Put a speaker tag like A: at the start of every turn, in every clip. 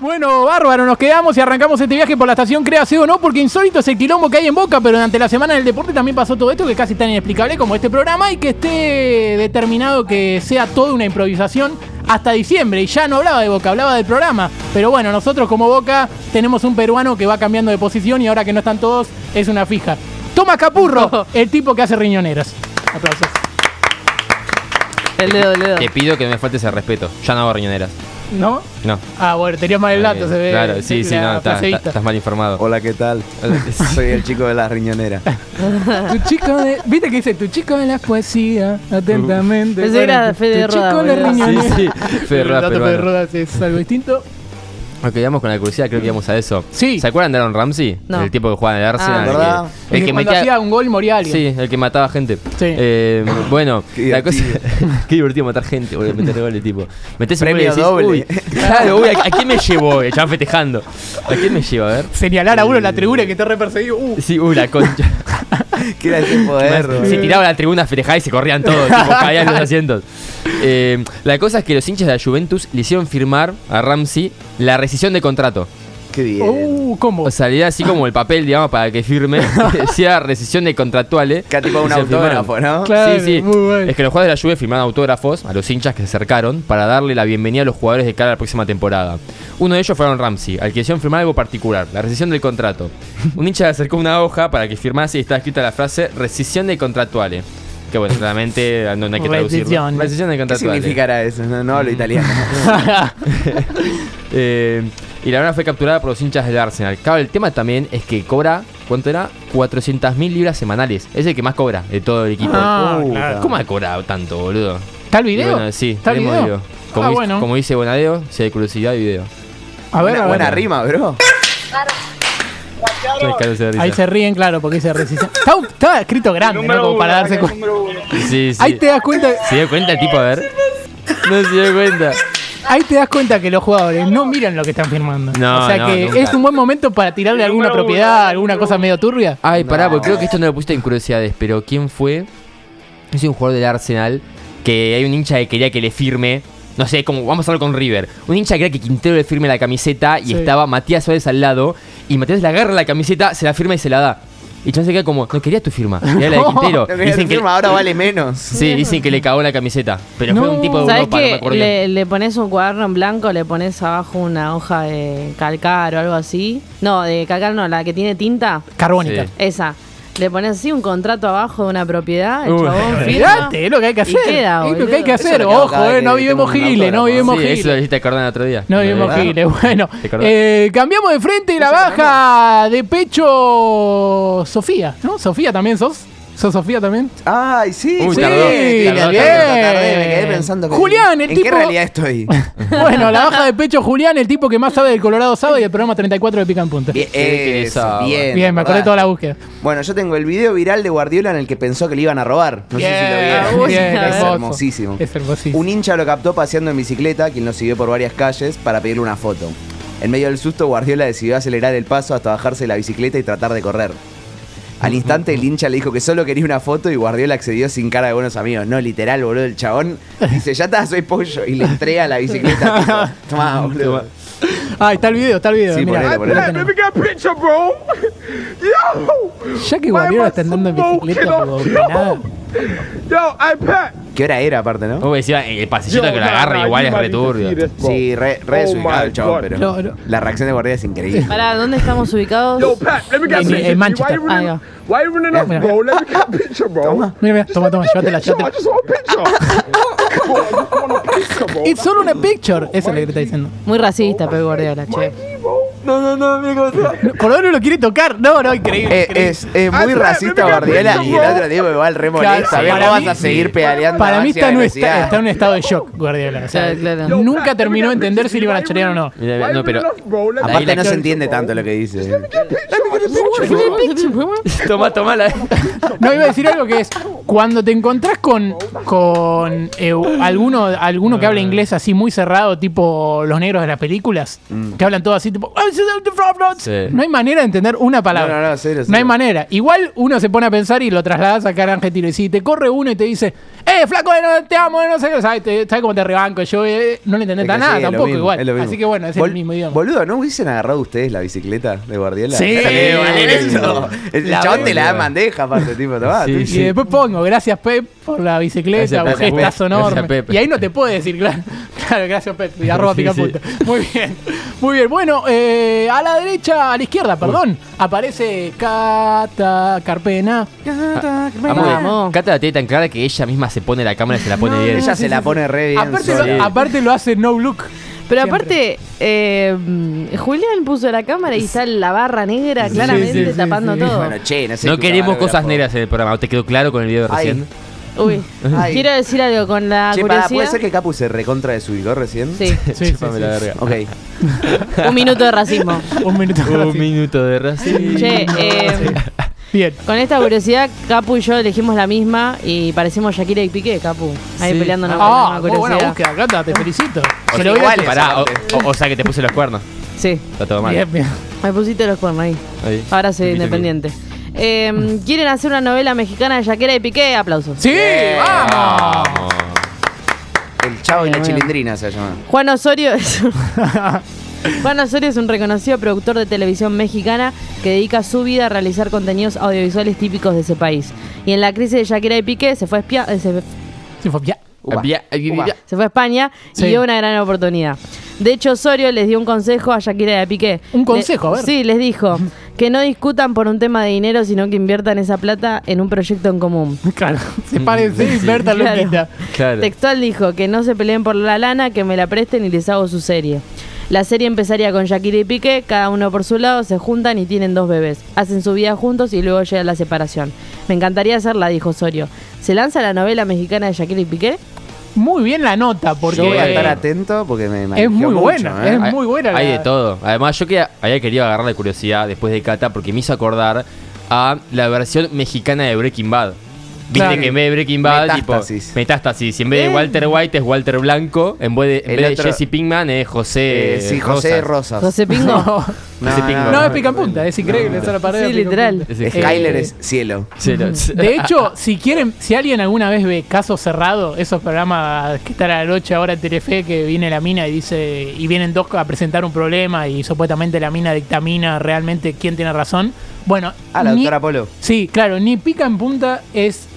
A: Bueno, bárbaro, nos quedamos y arrancamos este viaje por la estación Crea o no, porque insólito es el quilombo que hay en Boca, pero durante la semana del deporte también pasó todo esto que casi tan inexplicable como este programa y que esté determinado que sea toda una improvisación hasta diciembre. Y ya no hablaba de Boca, hablaba del programa. Pero bueno, nosotros como Boca tenemos un peruano que va cambiando de posición y ahora que no están todos es una fija. Toma Capurro, el tipo que hace riñoneras. Aplausos.
B: El dedo, el dedo.
C: Te pido que no me faltes el respeto. Ya no hago riñoneras.
A: ¿No?
C: No.
A: Ah, bueno, tenías mal el dato,
C: Eh,
A: se ve.
C: Claro, sí, sí,
A: la
C: no, está-
A: frase
C: está-
A: vista.
C: estás mal informado.
D: Hola, ¿qué tal? Soy el chico de la riñonera.
A: Tu chico de. ¿Viste que dice tu chico de la poesía? Atentamente.
B: Pensé que era
A: Bueno, tu-
B: Fede
A: tu
B: Roda,
A: chico de
B: boludo.
A: riñonera.
C: sí, Fede
A: El
C: Roda
A: dato Fede
C: peruano.
A: Roda sí, es algo distinto.
C: Ok, vamos con la curiosidad, creo que íbamos a eso.
A: Sí.
C: ¿Se acuerdan de Aaron Ramsey?
B: No.
C: El tipo que jugaba en el Arsenal.
D: Ah, ¿verdad?
C: el que- El que,
A: cuando
C: metía-
A: hacía un gol moría alguien.
C: Sí, el que mataba gente. Eh, bueno,
D: Qué
C: la cosa.
D: divertido.
C: qué divertido matar gente, boludo. Meter goles, tipo. Metés un gol y
D: Premio
C: decís,
D: doble.
C: uy, claro, uy, ¿a, a quién me llevo? Ya festejando. ¿A quién me llevo? A ver.
A: Señalar a uno en la tribuna que está reperseguido. Uh,
C: Sí, uy, la concha.
D: ¿Qué era el tiempo de error?
C: Se tiraba a la tribuna festejada y se corrían todos, tipo, caían los asientos. Eh, la cosa es que los hinchas de la Juventus le hicieron firmar a Ramsey la rescisión de contrato.
D: Qué bien.
A: uh, ¿cómo?
C: O sea, le da así como el papel, digamos, para que firme. Decía rescisión de contractuales.
D: Acá tipo un
C: Y se
D: autógrafo,
C: firmaron.
D: ¿no?
A: Claro.
C: sí, sí.
A: muy bueno.
C: Es que los jugadores de la Juve firmaron autógrafos a los hinchas que se acercaron para darle la bienvenida a los jugadores de cara a la próxima temporada. Uno de ellos fueron Ramsey, al que hicieron firmar algo particular, la rescisión del contrato. Un hincha le acercó una hoja para que firmase y estaba escrita la frase rescisión de contractuale. Que bueno, realmente no, no hay que traducirlo.
A: Rescisión.
C: Rescisión de
D: ¿Qué
C: contractuale.
D: significará eso? No, no
A: Mm.
D: hablo italiano.
C: Eh, y la verdad fue capturada por los hinchas del Arsenal. Claro, el tema también es que cobra, ¿cuánto era? 400.000 libras semanales. Es el que más cobra de todo el equipo.
A: Ah,
D: Uh,
A: claro.
C: ¿Cómo ha cobrado tanto, boludo?
A: ¿Está el
C: Y
A: video?
C: bueno, sí,
A: ¿Está el
C: tenemos
A: video?
C: video. Como,
A: Ah,
C: dice-
A: bueno.
C: como dice Bonadeo, si hay curiosidad, hay video.
A: A ver,
D: Buena-
A: a ver.
D: buena rima,
A: Oh,
D: bro.
C: Entonces, claro, se da risa.
A: Ahí se ríen, claro, porque dice resisten- Está- Estaba escrito grande, ¿no? Como para darse cuenta.
C: Sí, sí.
A: Ahí te das cuenta.
C: ¿Se dio cuenta el tipo? A ver. No se dio cuenta.
A: Ahí te das cuenta que los jugadores no miran lo que están firmando.
C: No,
A: o sea
C: no,
A: que
C: nunca.
A: es un buen momento para tirarle alguna propiedad, alguna cosa medio turbia.
C: Ay, pará,
D: No.
C: porque creo que esto no lo pusiste en curiosidades, pero ¿quién fue? Es un jugador del Arsenal que hay un hincha que quería que le firme. No sé, como vamos a hablar con River. Un hincha que quería que Quintero le firme la camiseta y
A: Sí.
C: estaba Matías Suárez al lado. Y Matías le agarra la camiseta, se la firma y se la da. Y Chance queda como, no quería tu firma, quería la de Quintero.
D: Lo que era el firma ahora vale menos.
C: Sí, dicen que le cagó la camiseta. Pero fue
A: No.
C: un tipo de
B: ¿Sabes
C: Europa, no me
B: que
C: acuerdo bien.
B: le, le pones un cuaderno en blanco, le pones abajo una hoja de calcar o algo así? No, de calcar no, la que tiene tinta,
A: Carbónica.
C: Sí.
B: esa. Le pones así un contrato abajo de una propiedad, el
C: Uy,
B: chabón firma.
A: Fíjate, es lo que hay que
B: Y
A: hacer.
B: queda,
A: es lo que hay que
B: boludo.
A: hacer.
D: Eso lo que hago
A: Ojo,
D: cada
A: eh,
D: vez
A: no
D: que
A: vivimos
D: tengo un
A: giles, no
D: autógrafo.
A: vivimos
C: Sí, eso lo
A: giles.
C: dijiste Cardona el otro día.
A: No
C: ¿De
A: vivimos
C: verdad?
A: giles, bueno.
C: ¿Te acordás?
A: eh, cambiamos de frente y la baja de pecho Sofía, ¿no? Sofía también sos. ¿Sos Sofía también?
D: Ay, sí.
C: Uy,
D: sí,
C: tardó.
D: bien,
C: Tardó,
D: bien.
C: tardó.
D: Tardé, me quedé pensando que-
A: Julián, el
D: ¿En
A: tipo-
D: qué realidad estoy?
A: Bueno, la baja de pecho Julián, el tipo que más sabe del Colorado sabe y el programa 34 de Pica en Punta.
D: Bien,
C: que
D: eso,
C: esa-
D: bien.
A: Bien, me acordé
D: ¿verdad?
A: toda la búsqueda.
D: Bueno, yo tengo el video viral de Guardiola en el que pensó que le iban a robar. No sé si lo vieron.
B: uy, bien,
D: es
A: hermoso.
D: hermosísimo.
A: Ah, Es hermosísimo.
D: Un hincha lo captó paseando en bicicleta, quien lo siguió por varias calles para pedirle una foto. En medio del susto, Guardiola decidió acelerar el paso hasta bajarse de la bicicleta y tratar de correr. Al instante, el hincha le dijo que solo quería una foto y Guardiola accedió sin cara de buenos amigos. No, literal, boludo, el chabón dice, ya está, soy pollo, y le entrega la bicicleta. tipo, Tomá, boludo.
A: Ah, está el video, está el video.
D: Sí,
A: Mirá.
D: ponelo, ponelo.
A: Ahí lo tenemos. Ya que Guardiola está andando en bicicleta, por nada.
D: ¿Qué hora era, aparte, no?
C: Vos decías, "Eh, el pasillito que lo agarra igual es returbio.
A: Oh
D: Sí, re, re desubicado el chabón, pero
A: No, no.
D: la reacción de Guardiola es increíble.
B: Pará, ¿dónde estamos ubicados?
A: En, en Manchester.
B: Ahí va.
A: Mira, mira, mira, toma, toma, llévatela, llévatela. It's solo una picture. Eso es lo que te está diciendo.
B: Muy racista, Pep Guardiola, che.
A: Cordero lo quiere tocar. No, no, increíble.
D: Eh,
A: increíble.
D: es, es muy racista Guardiola y el otro tipo igual re molesta.
A: Claro,
D: Bien,
A: para
D: vos
A: mí-
D: vas a seguir pedaleando.
A: Para
D: a
A: mí está en, un
D: máxima velocidad.
A: esta- está en un estado de shock, Guardiola. O sea,
B: Claro, claro.
A: Nunca terminó de entender si le iban a chorear o no.
C: Mirá, No, pero. Ahí
D: Aparte
C: la
D: no
C: clave-
D: se entiende tanto lo que dice.
C: Toma, toma la.
A: No, iba a decir algo que es, cuando te encontrás con, con eh, alguno, alguno que
D: Ah.
A: habla inglés así muy cerrado, tipo los negros de las películas,
D: Mm.
A: que hablan todo así, tipo, "I'm so sorry to interrupt",
C: Sí.
A: no hay manera de entender una palabra.
D: No, no, no, cero,
A: No hay
D: cero.
A: manera. Igual uno se pone a pensar y lo trasladas a cara argentino. Y si te corre uno y te dice, ¡eh, eh, flaco, eh, no, te amo, eh, no sé qué. ¿Sabes Te- sabes cómo te rebanco? Yo eh, no le entendés
D: Es que
A: nada
D: sí, es lo
A: tampoco,
D: mismo,
A: igual.
D: es lo mismo.
A: Así que bueno, es
D: Bol-
A: el mismo idioma.
D: Boludo, ¿no hubiesen agarrado ustedes la bicicleta de Guardiola?
A: Sí,
D: boludo. El
A: La
D: chabón te la da
C: boluda.
D: en bandeja, aparte, tipo, tomá,
C: Sí,
A: y
D: tú-
C: sí.
A: después pongo, gracias Pep por la bicicleta,
C: Gracias,
A: un
C: Pepe.
A: gestazo
C: Gracias,
A: enorme.
C: Pepe.
A: Y ahí no te puede decir, claro, claro gracias Pep, y arroba
C: Sí,
A: picapunta. Muy bien, muy bien. Bueno, eh, a la derecha, a la izquierda, perdón, aparece Cata Carpena. Cata
C: Amo que
B: Vamos.
C: Cata la tiene tan clara que ella misma se pone la cámara y se la pone
A: No,
C: bien.
A: no,
D: Ella
A: sí, sí,
D: se la
A: sí.
D: pone re bien.
A: Aparte
D: sola.
A: lo, aparte lo hace no look.
B: Pero
A: Siempre.
B: aparte, eh, mm, Julián puso la cámara y está la barra negra
A: Sí,
B: claramente
A: sí, sí,
B: tapando
A: sí.
B: todo.
D: Bueno, che, no sé.
C: no
D: qué
C: queremos
D: camarógrafo.
C: cosas negras en el programa. ¿Te quedó claro con el video de
D: Ay.
C: recién?
B: Uy,
D: Ay.
B: quiero decir algo con la
D: Che, pará,
B: curiosidad.
D: ¿puede ser que Capu se recontra desubicó recién?
B: Sí,
A: Sí, sí,
C: Chúpame
A: sí,
C: la
A: sí.
C: verga.
D: Ok.
B: un minuto de racismo.
A: Un minuto.
C: Un minuto de racismo.
B: Che, eh,
A: Bien.
B: con esta curiosidad, Capu y yo elegimos la misma y parecemos Shakira y Piqué, Capu. Ahí
C: Sí.
B: peleándonos con la
A: Ah,
B: misma
A: muy buena
B: curiosidad.
A: búsqueda, Cata, te felicito. Se
C: O sea,
A: lo voy a
D: igual,
C: pará, o,
D: esa
C: o- o sea que te puse los cuernos.
B: Sí,
C: Está todo mal.
A: Bien, bien.
B: me pusiste los cuernos ahí.
C: Ahí.
B: Ahora soy
C: Bien, bien,
B: independiente. Eh, ¿Quieren hacer una novela mexicana de Shakira y Piqué? Aplausos.
A: Sí, vamos.
C: Vamos.
D: El chavo y
B: Bien,
D: la
B: bien.
D: chilindrina se llama.
B: Juan Osorio es Juan Osorio es un reconocido productor de televisión mexicana que dedica su vida a realizar contenidos audiovisuales típicos de ese país. Y en la crisis de Shakira y Piqué se fue, a espia- eh, se,
A: Sí, fue bien.
D: Upa.
C: Bien, bien,
D: Upa.
C: bien.
B: se fue a España
A: Sí.
B: y dio una gran oportunidad. De hecho, Osorio les dio un consejo a Shakira y a Piqué.
A: Un
B: Le-
A: consejo, a ver.
B: Sí, les dijo que no discutan por un tema de dinero, sino que inviertan esa plata en un proyecto en común.
A: Claro, se parece,
C: Mm, Sí.
A: Berta
B: Claro.
A: Luquita.
C: Claro.
B: Textual dijo que no se peleen por la lana, que me la presten y les hago su serie. La serie empezaría con Shakira y Piqué, cada uno por su lado, se juntan y tienen dos bebés. Hacen su vida juntos y luego llega la separación. Me encantaría hacerla, dijo Osorio. ¿Se lanza la novela mexicana de Shakira y Piqué?
A: Muy bien la nota,
D: Yo voy a estar
A: porque.
D: atento porque me ¿eh?
A: Es muy
D: bueno
A: buena, es
C: Hay-
A: muy buena
C: Hay
A: la-
C: de todo. Además, yo que había querido agarrar la curiosidad después de Cata porque me hizo acordar a la versión mexicana de Breaking Bad. Viste
A: Claro.
C: que en vez de Breaking Bad,
D: Metástasis.
C: tipo. Metástasis. Y en vez de Walter White es Walter Blanco. En vez de, en
D: El
C: vez de
D: otro-
C: Jesse Pinkman es José.
D: Eh, sí, José
C: Rosas.
D: Rosas.
B: José Pingo.
A: No,
C: José Pingo.
A: no, es pica en punta, es increíble esa la pared.
B: Sí,
A: de pica en
B: literal.
A: punta.
C: Ese
D: Skyler
A: Eh,
D: es cielo.
C: Sí, lo-
A: De hecho, si quieren, si alguien alguna vez ve Caso Cerrado, esos programas que están a la noche ahora en Telefe, que viene la mina y dice, y vienen dos a presentar un problema y supuestamente la mina dictamina realmente quién tiene razón. Bueno,
D: Ah, la
A: ni-
D: doctora Polo.
A: Sí, claro, ni pica en punta es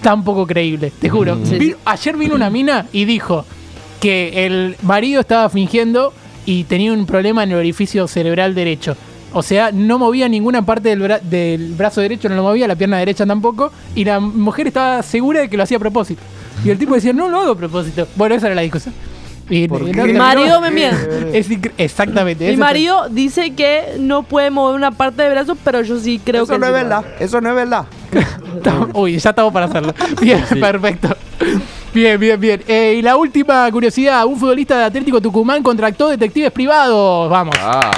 A: tan poco creíble, te juro.
B: Sí,
A: Vi-
B: sí.
A: Ayer vino una mina y dijo que el marido estaba fingiendo y tenía un problema en el orificio cerebral derecho. O sea, no movía ninguna parte del, bra- del brazo derecho, no lo movía, la pierna derecha tampoco. Y la mujer estaba segura de que lo hacía a propósito. Y el tipo decía, no lo hago a propósito. Bueno, esa era la discusión. Y,
D: ¿Por
A: no,
D: qué?
A: terminó-
B: Mi marido me miente.
A: Es incre- exactamente.
B: Mi
A: ese-
B: marido dice que no puede mover una parte de brazo, pero yo sí creo
D: Eso
B: que
D: no
B: sí
D: es
B: lo
D: verdad. Eso no es verdad.
A: Estamos- Uy, ya estamos para hacerlo. Bien, perfecto. Bien, bien, bien. Eh, y la última curiosidad, un futbolista de Atlético Tucumán contractó detectives privados. Vamos.
C: Vamos.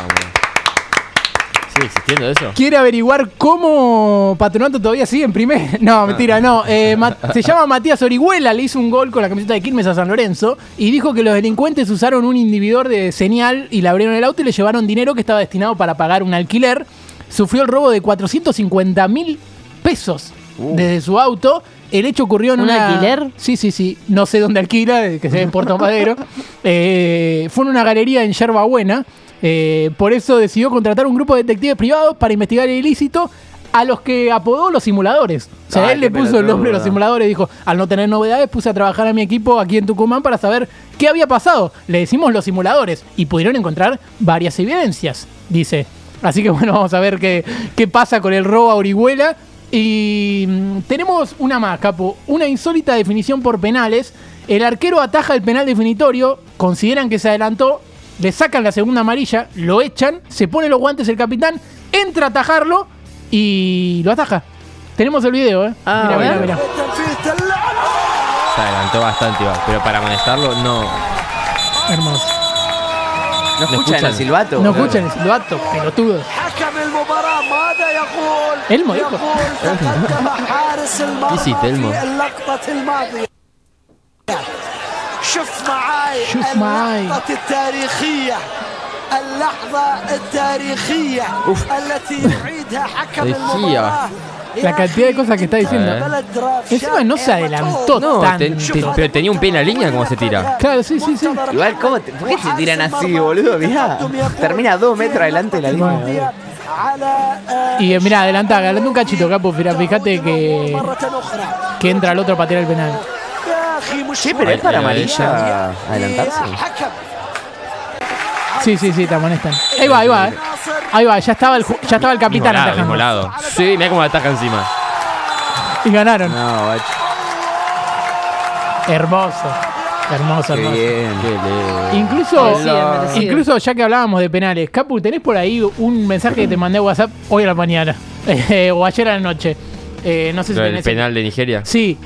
C: ¿Sigue existiendo eso?
A: Quiere averiguar cómo Patronato todavía sigue en primer. No, mentira, no. Eh, Ma- se llama Matías Orihuela, le hizo un gol con la camiseta de Quilmes a San Lorenzo y dijo que los delincuentes usaron un inhibidor de señal y le abrieron el auto y le llevaron dinero que estaba destinado para pagar un alquiler. Sufrió el robo de 450 mil pesos desde su auto. El hecho ocurrió en
B: ¿Un
A: una-
B: alquiler?
A: Sí, sí, sí. No sé dónde alquila, eh, que sea en Puerto Madero. Eh, fue en una galería en Yerba Buena. Eh, por eso decidió contratar un grupo de detectives privados para investigar el ilícito a los que apodó los simuladores. O sea,
D: Ay,
A: él le
D: qué
A: puso el
D: pelotudo,
A: nombre de los
D: ¿verdad?
A: simuladores y dijo, al no tener novedades, puse a trabajar a mi equipo aquí en Tucumán para saber qué había pasado. Le decimos los simuladores y pudieron encontrar varias evidencias, dice. Así que bueno, vamos a ver qué, qué pasa con el robo a Orihuela. Y mm, tenemos una más, Capo. Una insólita definición por penales. El arquero ataja el penal definitorio, consideran que se adelantó, le sacan la segunda amarilla, lo echan, se pone los guantes el capitán, entra a atajarlo y lo ataja. Tenemos el video, ¿eh?
B: Ah,
A: Mirá,
B: a ver.
A: mirá, mirá.
C: Se adelantó bastante, Iván. Pero para amonestarlo, no.
A: Hermoso.
D: ¿No escuchan
C: escuchan.
D: el silbato?
A: No
D: boludo?
A: escuchan el silbato, pelotudos.
E: حكم المباراة ماذا يقول؟
A: إلمو يقول.
E: يقول تقدم حارس
C: نسيت
E: المرمى
C: إلمو.
E: في اللقطة الماضية شوف معاي
A: شوف معاي.
E: اللقطة التاريخية اللحظة التاريخية التي يعيدها حكم
C: تاريخية.
E: المباراة
A: La cantidad de cosas que está diciendo. Encima no se adelantó
C: No,
A: tanto.
C: te- te- pero tenía un pie en la línea como se tira.
A: Claro, sí, sí, sí.
D: Igual, ¿cómo te- ¿por qué se tiran así, boludo? Mirá, termina dos metros adelante de la línea. boludo.
A: Y eh, mira, adelanta, adelanta un cachito, capo. Mira, fíjate que, que entra el otro para tirar el penal.
D: Che, pero es para amarilla adelantarse.
A: Sí, sí, sí, te amonestan. Ahí va, ahí va. eh. Ahí va, ya estaba el, ju- ya estaba el
C: Mismo
A: capitán
C: lado,
A: atajando.
C: mismo lado. Sí, mira cómo la ataca encima.
A: Y ganaron.
D: No, bacho,
A: Hermoso. Hermoso,
D: qué
A: hermoso.
D: bien.
C: Qué le-
A: Incluso,
B: Merecido, merecido.
A: incluso ya que hablábamos de penales, Capu, ¿tenés por ahí un mensaje que te mandé a WhatsApp hoy a la mañana? Eh, o ayer a la noche. Eh, no sé si
C: Lo del
A: tenés-
C: penal de Nigeria.
A: Sí.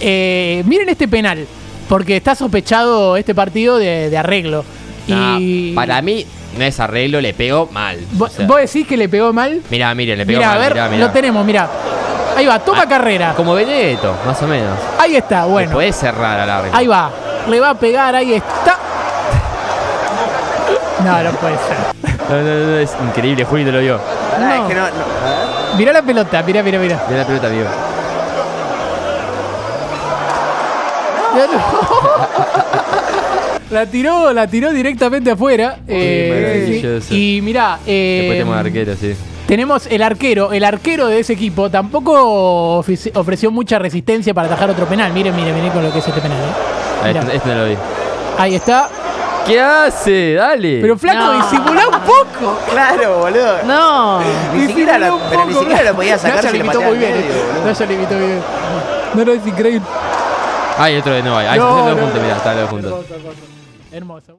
A: Eh, miren este penal, porque está sospechado este partido de, de arreglo.
C: Nah,
A: y
C: Para mí, no es arreglo, le pegó mal.
A: ¿Vo-
C: O sea,
A: ¿Vos decís que le pegó mal?
C: Mirá, mire, le pegó
A: Mira, a
C: mal.
A: ver,
C: mirá, mirá.
A: lo tenemos, mira. Ahí va, toma
C: Ah,
A: carrera.
C: Como Benedetto, más o menos.
A: Ahí está,
C: Bueno.
A: bueno.
C: Podés cerrar al árbitro.
A: Ahí va. Le va a pegar, ahí está. No, no puede ser.
C: No, no, no, es increíble, Juli te lo vio.
D: Pará,
A: No.
D: es que no, no. A
A: Mirá la pelota, mirá, mirá, mirá.
C: Mirá la pelota, amigo.
A: Mirá, no. La tiró, la tiró directamente afuera. Eh,
C: maravilloso.
A: sí. Y mirá, eh,
C: Después tenemos al arquero, sí.
A: Tenemos el arquero, el arquero de ese equipo tampoco ofici- ofreció mucha resistencia para atajar otro penal. Miren, miren, miren con lo que es este penal. eh.
C: Ah,
A: Mirá,
C: Este, este no lo vi.
A: ahí está.
C: ¿Qué hace? Dale.
A: Pero flaco,
B: No.
A: disimulá un poco.
D: ver. Claro, boludo.
B: No.
D: Ni siquiera
A: Disimulá
D: lo,
A: un
D: pero ni
A: poco,
D: siquiera
A: Nacho.
D: lo podía sacar
A: Nacho
D: si le
A: limitó
D: pateaba
A: muy bien.
D: al
A: eh.
D: medio, boludo.
A: Nacho limitó muy bien. No, no, es increíble.
C: Ay, otro de nuevo. Ahí
A: No,
C: está los
A: no,
C: juntos,
A: no.
C: mirá, están los juntos.
A: Hermoso, hermoso. Hermoso.